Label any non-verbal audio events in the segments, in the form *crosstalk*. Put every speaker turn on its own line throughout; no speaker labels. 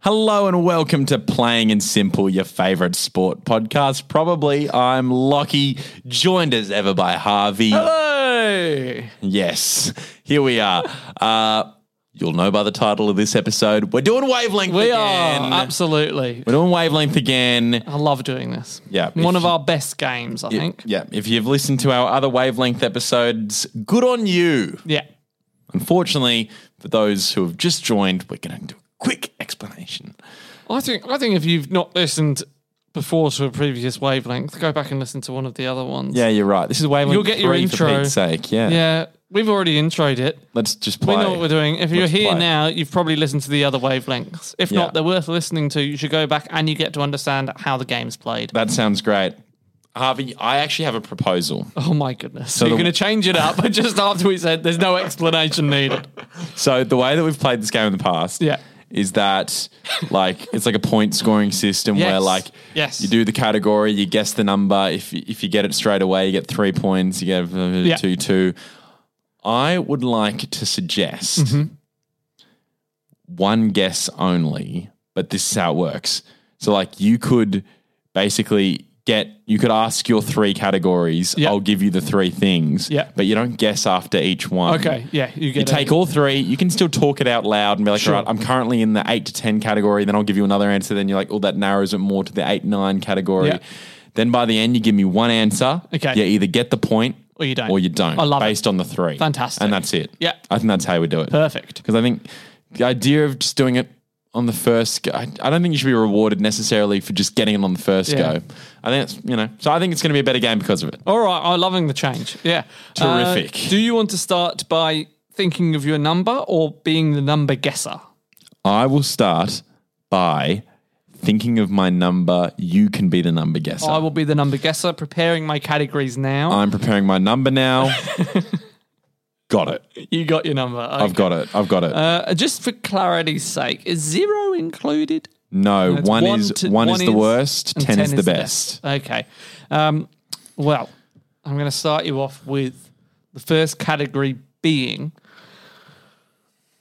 Hello and welcome to Playing and Simple, your favorite sport podcast. Probably I'm Lockie, joined as ever by Harvey.
Hey!
Yes, here we are. Uh, you'll know by the title of this episode, we're doing wavelength
We
again.
are absolutely.
we're doing wavelength again.
I love doing this.
Yeah,
one
if
of our best games, I think.
Yeah, if you've listened to our other wavelength episodes, good on you.
Yeah,
Unfortunately, for those who have just joined, we're going to do a quick explanation.
I think. I think if you've not listened before to a previous wavelength, go back and listen to one of the other ones.
Yeah, you're right. This is wavelength.
You'll get your
three, For
intro.
Pete's sake, yeah.
yeah. We've already introed it.
Let's just
We
play.
know what we're doing. If you're
Let's
here
play.
now, you've probably listened to the other wavelengths. If
Yeah.
not, they're worth listening to. You should go back and you get to understand how the game's played.
That sounds great. Harvey, I actually have a proposal.
Oh my goodness! So you're
the-
going to change it up just after we said there's no explanation needed.
So the way that we've played this game in the past
Yeah.
is that like it's like a point scoring system where
Yes.
like
Yes.
you do the category, you guess the number, if if you get it straight away, you get 3 points, you get uh,
Yeah.
2 2. I would like to suggest
Mm-hmm.
one guess only, but this is how it works. So like you could basically get you could ask your three categories.
Yeah.
I'll give you the three things.
Yeah.
But you don't guess after each one.
Okay. Yeah, you get
You
it.
take all three. You can still talk it out loud and be like,
Sure.
all right, I'm currently in the eight to 10 category. Then I'll give you another answer. Then you're like, oh, that narrows it more to the eight, nine category.
Yeah.
Then by the end, you give me one answer.
Okay.
You either get the point
Or you don't.
Or you don't.
I love it.
Based on the three.
Fantastic.
And that's it.
Yeah.
I think that's how we do it.
Perfect.
Because I think the idea of just doing it on the first go, I, I don't think you should be rewarded necessarily for just getting it on the first
Yeah.
go. I think it's, you know, so I think it's going to be a better game because of it.
All right, I'm loving the change. Yeah. Uh,
Terrific.
do you want to start by thinking of your number or being the number guesser?
I will start by thinking of my number. You can be the number guesser.
I will be the number guesser, preparing my categories now.
I'm preparing my number now.
*laughs*
got it.
you got your number. Okay.
I've got it. I've got it.
Uh, just for clarity's sake, is zero included?
no,
It's
one, is
to-
one, is the worst.
and
Ten, is the best.
Okay. Um, well, I'm going to start you off with the first category being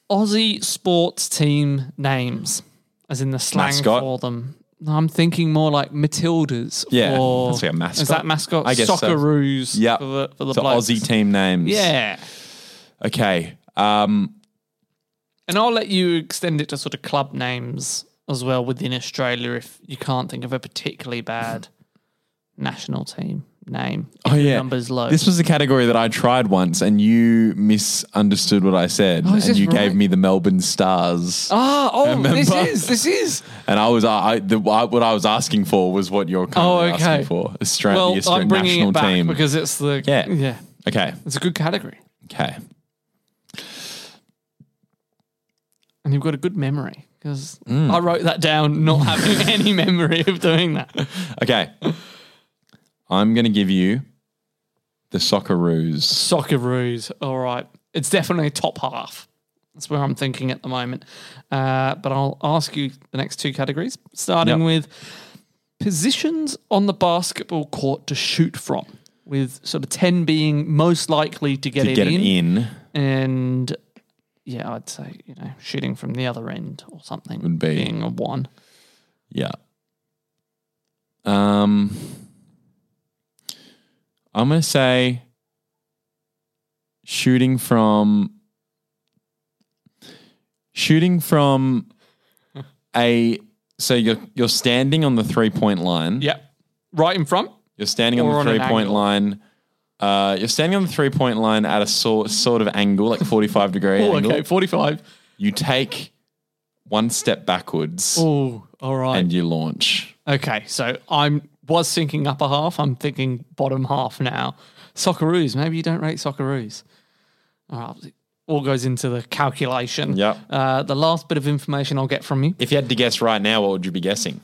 Aussie sports team names, as in the slang
Mascot?
for them. No, I'm thinking more like Matildas.
Yeah,
or,
that's like a mascot.
Is that mascot?
I guess so.
Socceroos.
Yep.
For the, for the
So
blokes.
Aussie team names.
Yeah.
Okay. Um,
And I'll let you extend it to sort of club names as well within Australia if you can't think of a particularly bad national team name. If
oh
your
yeah.
Numbers low.
This was the category that I tried once, and you misunderstood what I said,
Oh, is
and
this
you gave
right?
me the Melbourne Stars,
Ah, oh, this
Remember?
is this is.
and I was uh, I, the, I, what I was asking for was what you're
Oh,
currently
okay.
asking for, Australia,
Well,
Australian
I'm bringing
national
it back
team.
because it's the
Yeah.
yeah.
okay,
It's a good category,
okay,
and you've got a good memory because
Mm.
I wrote that down, not having *laughs* any memory of doing that.
okay. I'm gonna give you the Socceroos.
Socceroos. All right, it's definitely top half. That's where I'm thinking at the moment. Uh, but I'll ask you the next two categories, starting
Yep.
with positions on the basketball court to shoot from, with sort of ten being most likely to get
to
it
get
in.
it in
and yeah, I'd say you know shooting from the other end or something
Would be-
being a one.
Yeah. Um, I'm gonna say shooting from shooting from a so you're you're standing on the three point line.
Yeah, right in front.
You're standing on
Or
the
on an
three point
angle.
line. Uh, you're standing on the three point line at a sort sort of angle, like forty five degree
Oh,
angle.
okay, forty-five.
You take one step backwards
Oh, all right.
and you launch.
okay, so I'm was thinking upper half. I'm thinking bottom half now. Socceroos. Maybe you don't rate Socceroos. All right, all goes into the calculation.
Yep.
Uh, the last bit of information I'll get from you.
If you had to guess right now, what would you be guessing?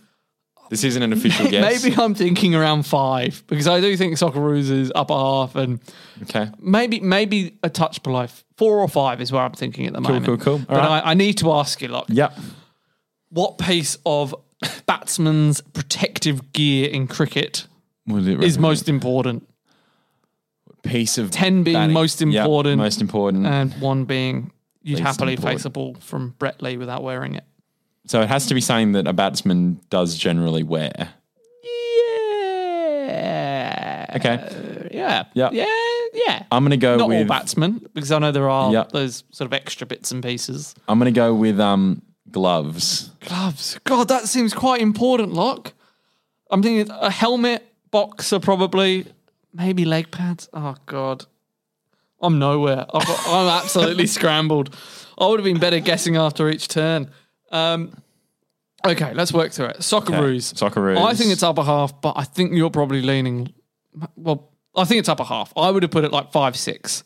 This isn't an official guess.
*laughs* Maybe I'm thinking around five because I do think Socceroos is upper half and
Okay.
maybe maybe a touch below f- four or five is where I'm thinking at the moment.
cool, cool. All
But
right.
I, I need to ask you, Locke,
Yep.
what piece of *laughs* batsman's protective gear in cricket is most important?
piece of
10 being
batting.
most
Yep,
important. Uh,
most important.
And one being you'd
Least
happily
important.
face a ball from Brett Lee without wearing it.
So it has to be something that a batsman does generally wear.
Yeah.
Okay.
Yeah.
Yeah.
Yeah. Yeah.
I'm gonna go
Uh, Not all
with
batsmen, because I know there are
Yeah.
those sort of extra bits and pieces.
I'm gonna go with um gloves.
Gloves. God, that seems quite important, Lock. I'm thinking a helmet, boxer, probably, maybe leg pads. Oh, God. I'm nowhere. I've got, I'm absolutely *laughs* scrambled. I would have been better guessing after each turn. Um, okay, let's work through it. Socceroos.
Socceroos.
I think it's upper half, but I think you're probably leaning. Well, I think it's upper half. I would have put it like five six.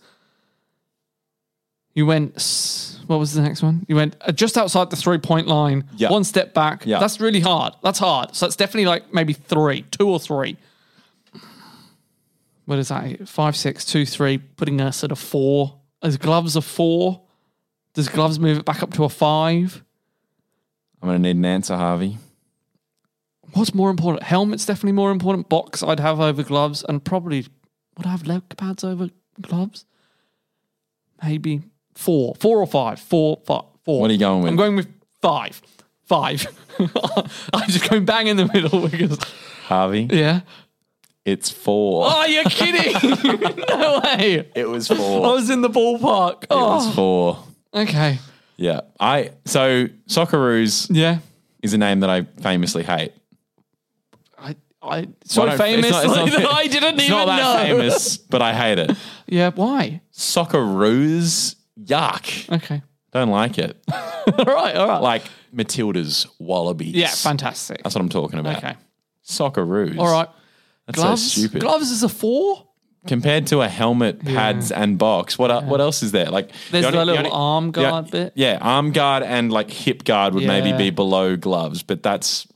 You went. s- What was the next one? You went uh, just outside the three point line.
Yeah.
One step back.
Yeah.
That's really hard. That's hard. So it's definitely like maybe three, two or three. What is that? Five six two three. Putting us at a four. As gloves a four. Does gloves move it back up to a five?
I'm gonna need an answer, Harvey.
What's more important? Helmet's definitely more important. Box I'd have over gloves, and probably would I have leg pads over gloves? Maybe four, four or five, four, five, four.
What are you going with?
I'm going with five, five. *laughs* I'm just going bang in the middle because
Harvey,
yeah.
it's four.
Oh, you're kidding? *laughs* no way.
It was
I
four.
was in the ballpark.
it
Oh,
was four.
okay.
Yeah. I so Socceroos
Yeah.
is a name that I famously hate.
I, I so
Well, no,
famous
it's not- *laughs* it's not-
that I didn't
It's
even
not that
know.
famous, but I hate it.
Yeah. Why?
Socceroos, yuck.
Okay.
Don't like it.
*laughs* all right. All right.
Like Matilda's Wallabies.
yeah. Fantastic.
That's what I'm talking about.
Okay.
Socceroos.
All right.
That's
Gloves.
so stupid.
Gloves is a four.
Compared to a helmet, pads, and box, what el- what else is there? Like
There's
the only-
the
the
little
only-
arm
the-
guard bit.
Yeah, arm guard and like hip guard would maybe
Yeah.
be below gloves, but that's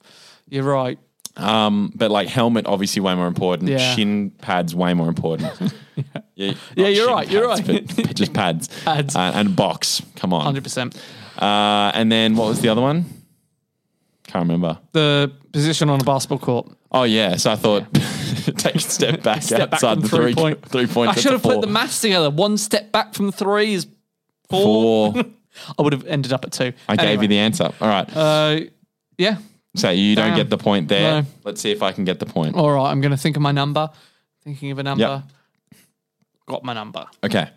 You're right.
um but like helmet obviously way more important.
Yeah.
Shin pads way more important. yeah,
*laughs* Yeah,
not
you're
shin
right, you're
pads,
right.
but *laughs* just pads.
Pads.
Uh, and box. Come on.
Hundred percent.
Uh, and then what was the other one? Can't remember.
The position on a basketball court.
Oh yeah, so I thought *laughs* take a step back
Step back
outside
from
the three
three point.
*laughs* three points.
I
at
should have
the
put the
four.
maths together. One step back from three is four.
four.
I would have ended up at two.
I gave you the answer. All right,
Uh, yeah.
so you don't
damn.
get the point there.
No.
Let's see if I can get the point.
All right. I'm going to think of my number. Thinking of a number. Got my number.
Okay.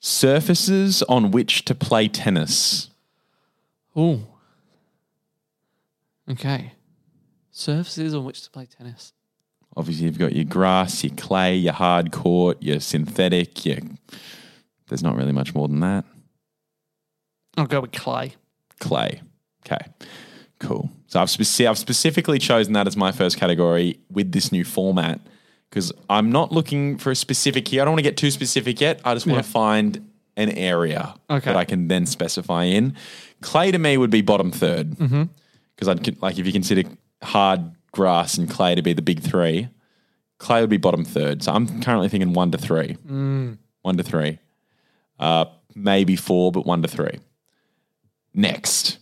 Surfaces on which to play tennis.
Oh. Okay. Surfaces on which to play tennis.
Obviously, you've got your grass, your clay, your hard court, your synthetic. Your there's not really much more than that.
I'll go with clay.
clay. Okay, cool. So I've, speci- I've specifically chosen that as my first category with this new format because I'm not looking for a specific here. I don't want to get too specific yet. I just want to find an area
Okay.
that I can then specify in. Clay to me would be bottom third because I'd con- like if you consider hard grass and clay to be the big three, clay would be bottom third. So I'm currently thinking one to three, one to three, uh, maybe four, but one to three. Next,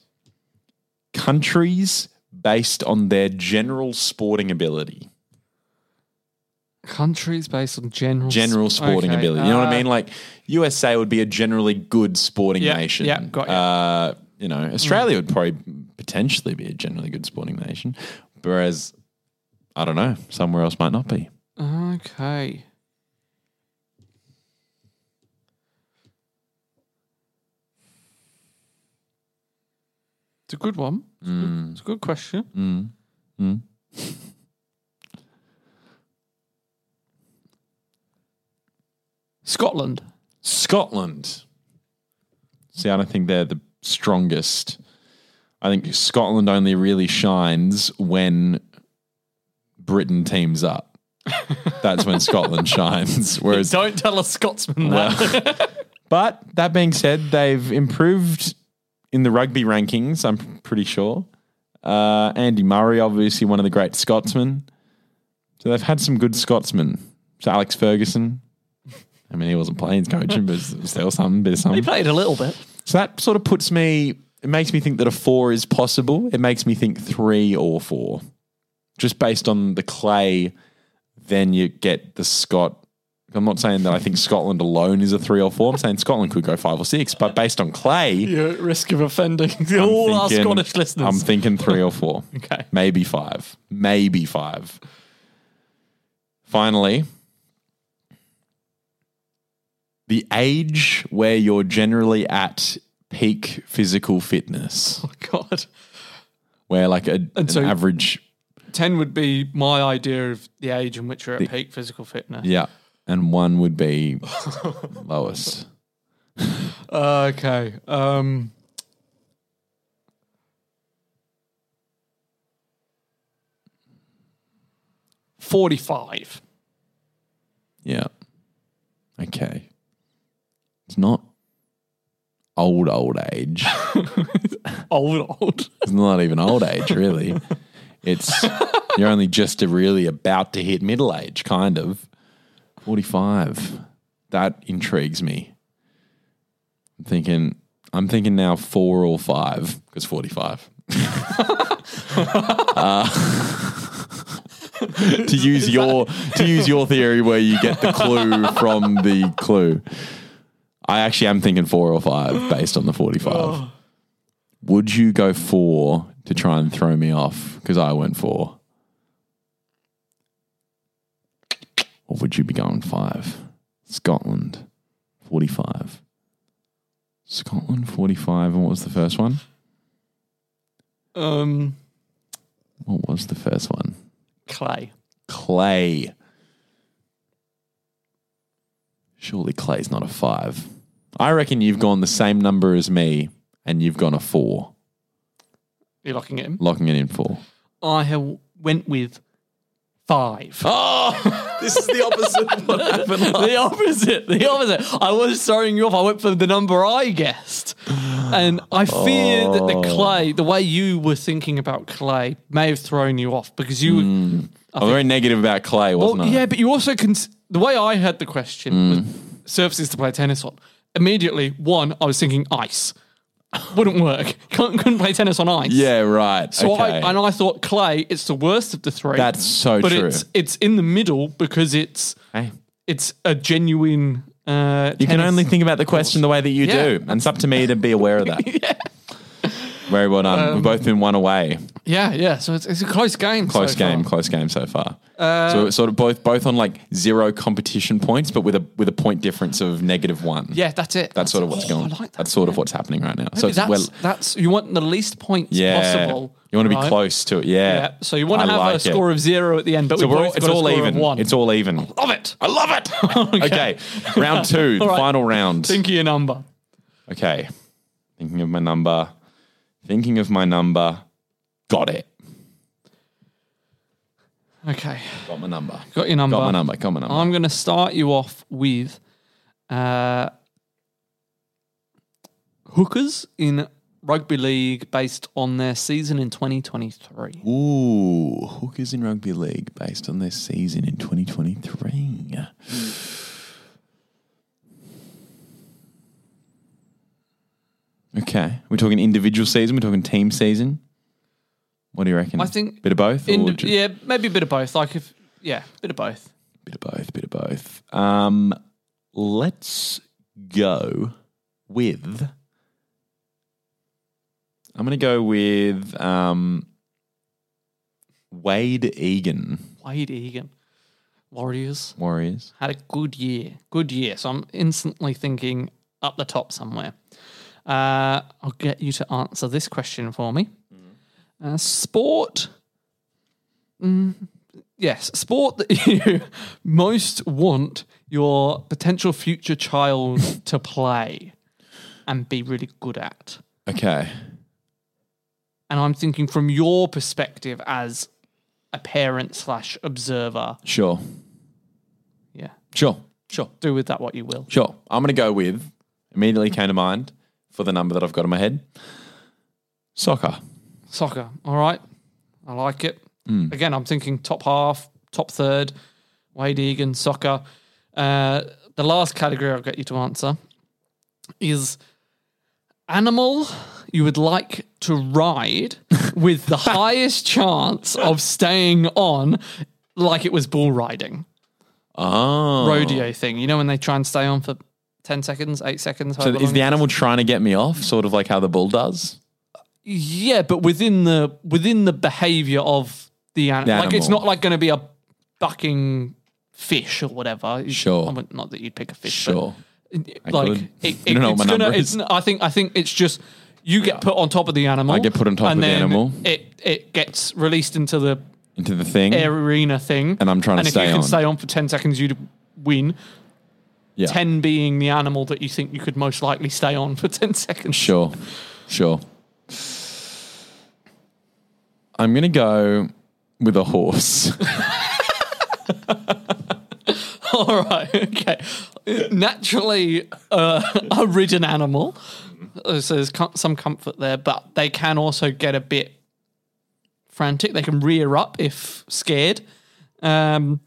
countries based on their general sporting ability.
Countries based on general
General sporting
Okay,
ability. You know what
uh,
I mean? Like USA would be a generally good sporting
Yeah,
nation.
yeah, got ya.
Uh, you know, Australia would probably potentially be a generally good sporting nation, whereas I don't know, somewhere else might not be.
Okay. It's a good one. It's, a good-
Hmm.
it's a good question. Scotland.
Scotland. See, I don't think they're the strongest. I think Scotland only really shines when Britain teams up. *laughs* That's when Scotland *laughs* shines. Whereas,
Don't tell a Scotsman that.
*laughs* but that being said, they've improved in the rugby rankings. I'm pretty sure. Uh, Andy Murray, obviously one of the great Scotsmen. So they've had some good Scotsmen. So Alex Ferguson. I mean, he wasn't playing, he's coaching, but still something. Bit of something.
He played a little bit.
So that sort of puts me, it makes me think that a four is possible. It makes me think three or four. Just based on the clay, then you get the Scot I'm not saying that I think Scotland alone is a three or four. I'm saying Scotland could go five or six, but based on clay,
You're at risk of offending
*laughs*
all
I'm
our
thinking-
Scottish listeners.
I'm thinking three or four.
Okay.
Maybe five. Maybe five. Finally, the age where you're generally at peak physical fitness,
oh, God.
where like a, an
so-
average,
10 would be my idea of the age in which you're at peak physical fitness.
yeah, and one would be lowest.
Uh, Okay. Um, Forty-five. *laughs*
Yeah. Okay. It's not old, old age.
Old, old.
It's not even old age, really. It's you're only just a really about to hit middle age, kind of. Forty five. That intrigues me. I'm thinking. I'm thinking now four or five because forty *laughs* five. Uh, to use your to use your theory where you get the clue from the clue. I actually am thinking four or five based on the forty five. Would you go four to try and throw me off? Because I went four. Or would you be going five? Scotland, 45. Scotland, 45. And what was the first one?
Um,
What was the first one?
clay.
Clay. Surely Clay's not a five. I reckon you've gone the same number as me and you've gone a four,
You're locking it in.
locking it in four.
I have went with *laughs* five.
Oh, this is the opposite of what happened
the opposite. The opposite. I was throwing you off. I went for the number I guessed. And I fear that the clay, the way you were thinking about clay, may have thrown you off because you.
I was very negative about clay, wasn't
Well,
I?
yeah, but you also can. The way I heard the question
Mm.
was surfaces to play tennis on. Immediately, one, I was thinking ice. Wouldn't work. *laughs* Couldn't, couldn't play tennis on ice.
Yeah, right.
So
okay.
I, and I thought clay. It's the worst of the three.
That's so
but
true.
it's it's in the middle because it's
Hey,
it's a genuine. Uh,
you can only think about the question the way that you
Yeah.
do, and it's up to me to be aware of
*laughs*
that. Very well done. We've both been one away.
Yeah, yeah. So it's, it's a close game.
Close
Um, so far. Uh,
game, close game so far. so it's sort of both both on like zero competition points, but with a with a point difference of negative one.
Yeah, that's it.
that's sort of what's
oh,
going.
I like that.
That's sort of what's happening right now. So it's
that's,
well,
that's you want the least points
yeah.
possible.
You want to be
right?
close to it, yeah.
Yeah. So you want to
I
have a
like it.
score of zero at the end, but
So
we've
we're all-
both
it's
got a
all
score
even.
Of one.
It's all even.
Love *laughs* it.
I love it. okay. *laughs* round two, the
All right.
final round.
Think of your number.
okay, thinking of my number, thinking of my number. Got it.
Okay.
Got my number.
Got your number.
Got my number. Got my number.
I'm going to start you off with uh, hookers in rugby league based on their season in 2023.
Ooh, hookers in rugby league based on their season in 2023. Okay, we're talking individual season. We're talking team season. What do you reckon?
I think
bit of both. or
Indi-
ju-
yeah, maybe a bit of both. Like if yeah, bit of both.
Bit of both, bit of both. Um, let's go with. I'm going to go with um, Wade Egan,
Wade Egan, Warriors
Warriors.
had a good year, good year. So I'm instantly thinking up the top somewhere. Uh, I'll get you to answer this question for me. Uh, sport. Mm, yes, sport that *laughs* you most want your potential future child to play and be really good at.
Okay.
And I'm thinking from your perspective as a parent slash observer.
Sure.
Yeah.
Sure. Sure.
Do with that what you will.
Sure. I'm going to go with, immediately came to mind for the number that I've got in my head soccer.
Soccer. All right. I like it.
Hmm.
Again, I'm thinking top half, top third, Wade Egan, soccer. Uh, the last category I'll get you to answer is animal you would like
*laughs*
to ride with the highest chance of staying on, like it was bull riding.
Oh.
rodeo thing. You know when they try and stay on for ten seconds, eight seconds.
So
however
is
long
the
it
animal trying to get me off, sort of like how the bull does?
Yeah, but within the within the behavior of the, an-
The
like it's
animal.
not like going to be a bucking fish or whatever. You-
Sure.
I wouldn't- not that you'd pick a fish. but
Sure.
it-
I
like
could.
it,
I
it,
don't know what
it's
my
gonna.
number
It's,
is.
n- I think I think it's just you get put on top of the animal.
I get put on top
and
of the
then
animal.
It it gets released into the
Into the thing.
arena thing,
And I'm trying to
and
stay
if you
on.
can stay on for ten seconds, you'd win.
Yeah.
Ten being the animal that you think you could most likely stay on for ten seconds.
Sure. Sure. I'm going to go with a horse. *laughs*
*laughs* All right. Okay. Naturally, uh, a ridden animal. Uh, So there's com- some comfort there, but they can also get a bit frantic. They can rear up if scared. Um,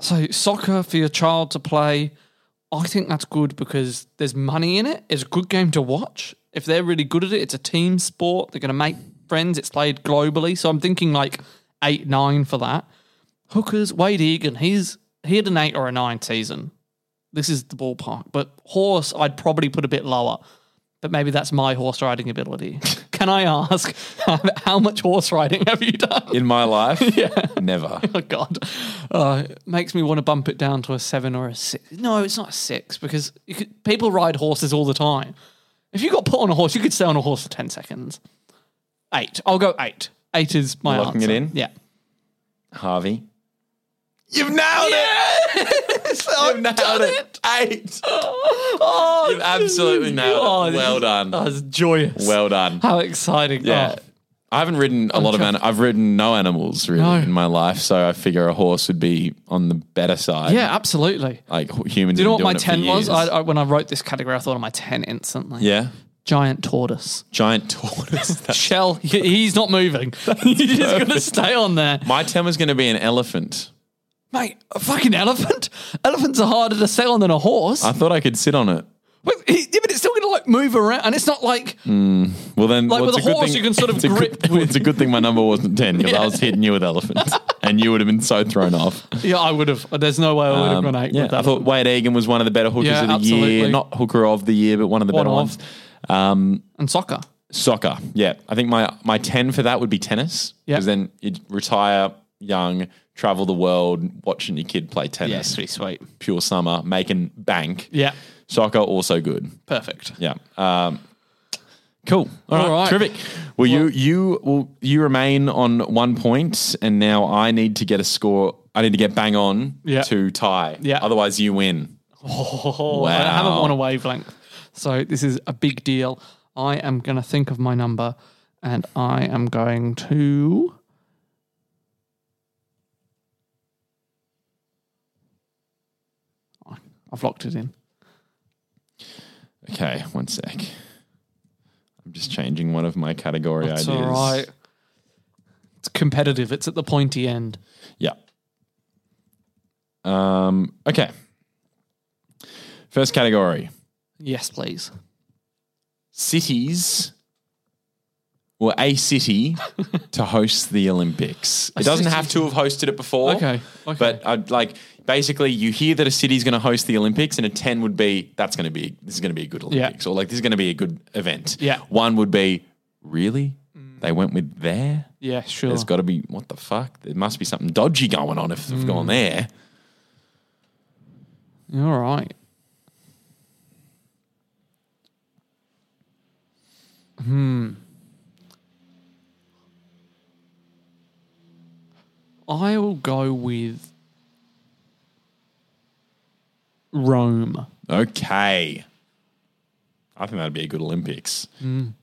so soccer for your child to play, I think that's good because there's money in it. It's a good game to watch. If they're really good at it, it's a team sport. They're going to make friends. It's played globally. So I'm thinking like eight, nine for that hookers, Wade Egan, he's he had an eight or a nine season. This is the ballpark. But horse, I'd probably put a bit lower. But maybe that's my horse
*laughs*
riding ability. Can I ask *laughs* how much horse riding have you done?
In my
*laughs*
life? Never.
Oh God, uh, makes me want to bump it down to a seven or a six. No, it's not a six because you could, people ride horses all the time. If you got put on a horse, you could stay on a horse for ten seconds. Eight. I'll go eight. Eight is my
Locking it
answer.
in?
Yeah.
Harvey. You've nailed
I've done it.
Eight.
*laughs* Oh,
You've absolutely nailed it. Well done.
That was oh, joyous.
Well done.
How exciting.
Yeah.
Oh,
Uh, I haven't ridden a lot of
trying-
animals. I've ridden no animals really
No.
in my life, so I figure a horse would be on the better side.
yeah, absolutely.
like h- humans.
Do you know
have
what
been
my
doing it for
10
years.
was? I, I, when I wrote this category, I thought of my 10 instantly.
yeah,
Giant tortoise.
giant *laughs* tortoise.
*laughs*
That-
Shell, he- he's
*laughs*
not moving. *laughs* He's just going to stay on there.
my ten was going to be an elephant.
Mate, a fucking elephant? *laughs* Elephants are harder to stay on than a horse.
I thought I could sit on it.
But, he, yeah, but it's still going to like move around. And it's not like,
Mm. Well, then,
Like
well,
with
it's
a
good
horse,
thing-
you can sort of
it's a good- *laughs*
grip with-
It's a good thing my number wasn't ten
*laughs*
because I
Yeah.
was hitting you with elephants, and you would have been so thrown off.
yeah, I *laughs* would have. There's no way I would have
Um,
gone eight
yeah,
with
I
that.
thought Wade Egan was one of the better hookers
Yeah,
of the year,
absolutely.
not hooker of the year, but one of the
One
better
of.
ones. Um,
and soccer.
soccer, yeah, I think my my ten for that would be tennis
Yeah.
because then you'd retire young, travel the world, watching your kid play tennis,
pretty sweet.
pure summer, making bank.
Yeah,
Soccer also good.
perfect.
Yeah. Um, cool. All
All
right.
right.
Terrific. Well, you you will you remain on one point, and now I need to get a score. I need to get bang on
Yeah.
to tie.
Yeah.
Otherwise, you win.
Oh, I
Wow.
haven't won a wavelength. So this is a big deal. I am going to think of my number and I am going to. I've locked it in.
Okay. One sec. I'm just changing one of my category
It's
ideas.
all right. It's competitive. It's at the pointy end.
Yeah. Um. Okay. First category.
Yes, please.
cities or a city to host the
*laughs*
Olympics. It doesn't
city.
have to have hosted it before.
Okay, okay.
But I'd like basically you hear that a city's going to host the Olympics and a 10 would be that's going to be this is going to be a good Olympics or like this is going to be a good event.
Yeah.
1 would be really they went with there.
Yeah, sure.
There's got to be what the fuck? There must be something dodgy going on if they've
Mm.
gone there.
All right. Hmm. I will go with Rome. *laughs*
Okay. I think that'd be a good Olympics.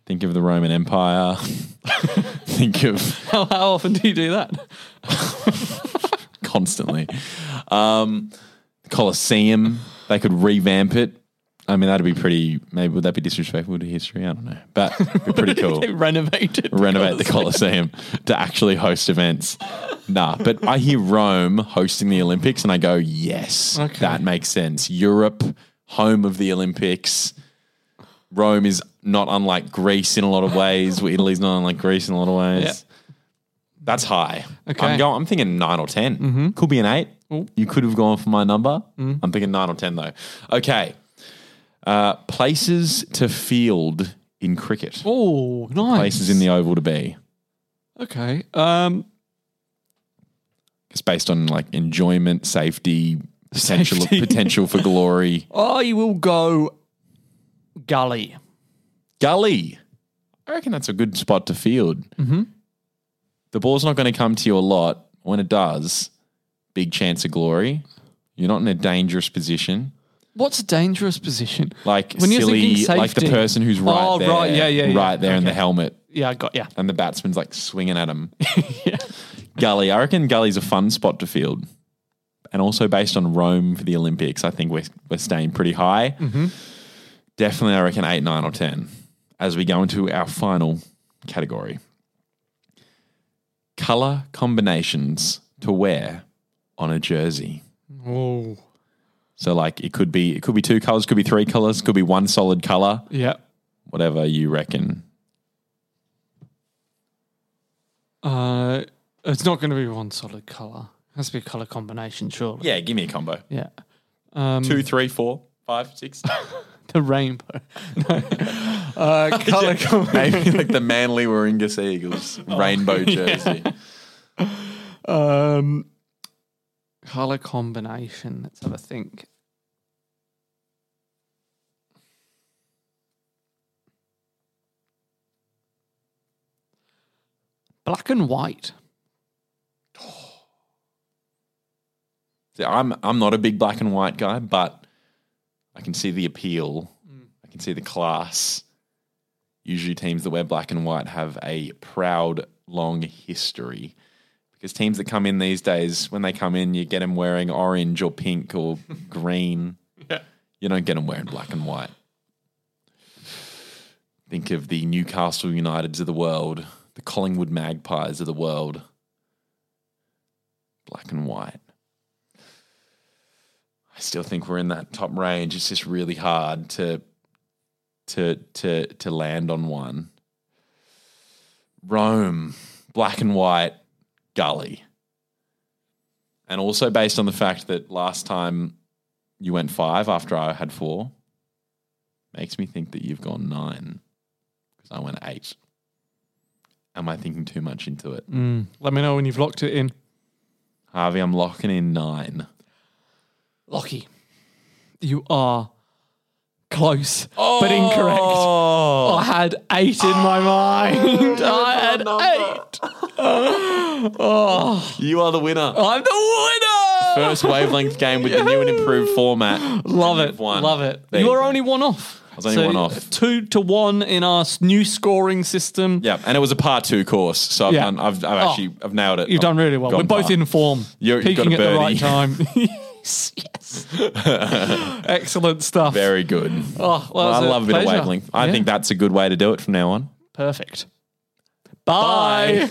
Think of the Roman Empire. *laughs* Think of
How, how often do you do that? *laughs*
constantly. Um, Colosseum. They could revamp it. I mean, that'd be pretty. Maybe would that be disrespectful to history? I don't know, but it'd be pretty cool.
They renovated.
Renovate the Colosseum to actually host events. Nah, but I hear Rome hosting the Olympics, and I go, yes,
Okay.
that makes sense. Europe, home of the Olympics. Rome is not unlike Greece in a lot of ways. Italy's not unlike Greece in a lot of ways. That's high.
Okay. Mm-hmm.
I'm going. I'm thinking nine or 10 Could be an eight. You could have gone for my number.
Mm.
I'm thinking nine or ten though. Okay. Uh, places to field in cricket.
*laughs* Oh, nice.
Places in the oval to be.
Okay. Um,
It's based on like enjoyment, safety, potential
Safety. *laughs*
potential for glory.
I will go gully.
Gully. I reckon that's a good spot to field.
Mm-hmm.
The ball's not going to come to you a lot. When it does, big chance of glory. You're not in a dangerous position.
What's a dangerous position?
Like
When you're
silly,
thinking
like the
safety.
person who's right
Oh,
there,
right. Yeah, yeah, yeah.
right there in the helmet,
Yeah, I got yeah.
and the batsman's like swinging at *laughs* him. Gully. I reckon Gully's a fun spot to field. And also based on Rome for the Olympics, I think we're, we're staying pretty high. Definitely, I reckon eight, nine, or 10 as we go into our final category color combinations to wear on a jersey.
Oh,
So like it could be it could be two colors, could be three colors, could be one solid color,
yeah.
whatever you reckon.
Uh, it's not going to be one solid color. It has to be a color combination, surely.
Yeah, give me a combo.
Yeah. Um,
Two, three, four, five, six.
the rainbow. *laughs* No. uh, color com-
Maybe like the Manly Warringah Eagles rainbow jersey.
um, color combination. Let's have a think. Black and white.
See, I'm I'm not a big black and white guy, but I can see the appeal. I can see the class. Usually, teams that wear black and white have a proud, long history. Because teams that come in these days, when they come in, you get them wearing orange or pink or green. You don't get them wearing black and white. Think of the Newcastle Uniteds of the world, the Collingwood Magpies of the world. Black and white. I still think we're in that top range. It's just really hard to to to to land on one. Rome, black and white, gully. And also based on the fact that last time you went five after I had four, makes me think that you've gone nine because I went eight. Am I thinking too much into it?
Let me know when you've locked it in.
Harvey, I'm locking in nine.
Lockie, you are close,
Oh.
but incorrect. I had eight in my mind. I had eight. Oh,
You are the winner.
I'm the winner.
First wavelength game with the new and improved format.
Love it.
You've won.
Love it.
There
you
you
were
go.
only one off. I
was only one off.
Two to one in our s- new scoring system.
Yeah, and it was a part two course, so I've
Yeah.
done. I've, I've
Oh.
actually I've nailed it.
You've done really well.
Gone
We're both
far.
in form.
You're- you got
peaking
a
at the
birdie.
right time.
*laughs*
yes. yes. Excellent stuff.
very good.
Oh, well,
Well, I
it was
love a bit of
pleasure.
wavelength. I
Yeah.
think that's a good way to do it from now on.
perfect. Bye.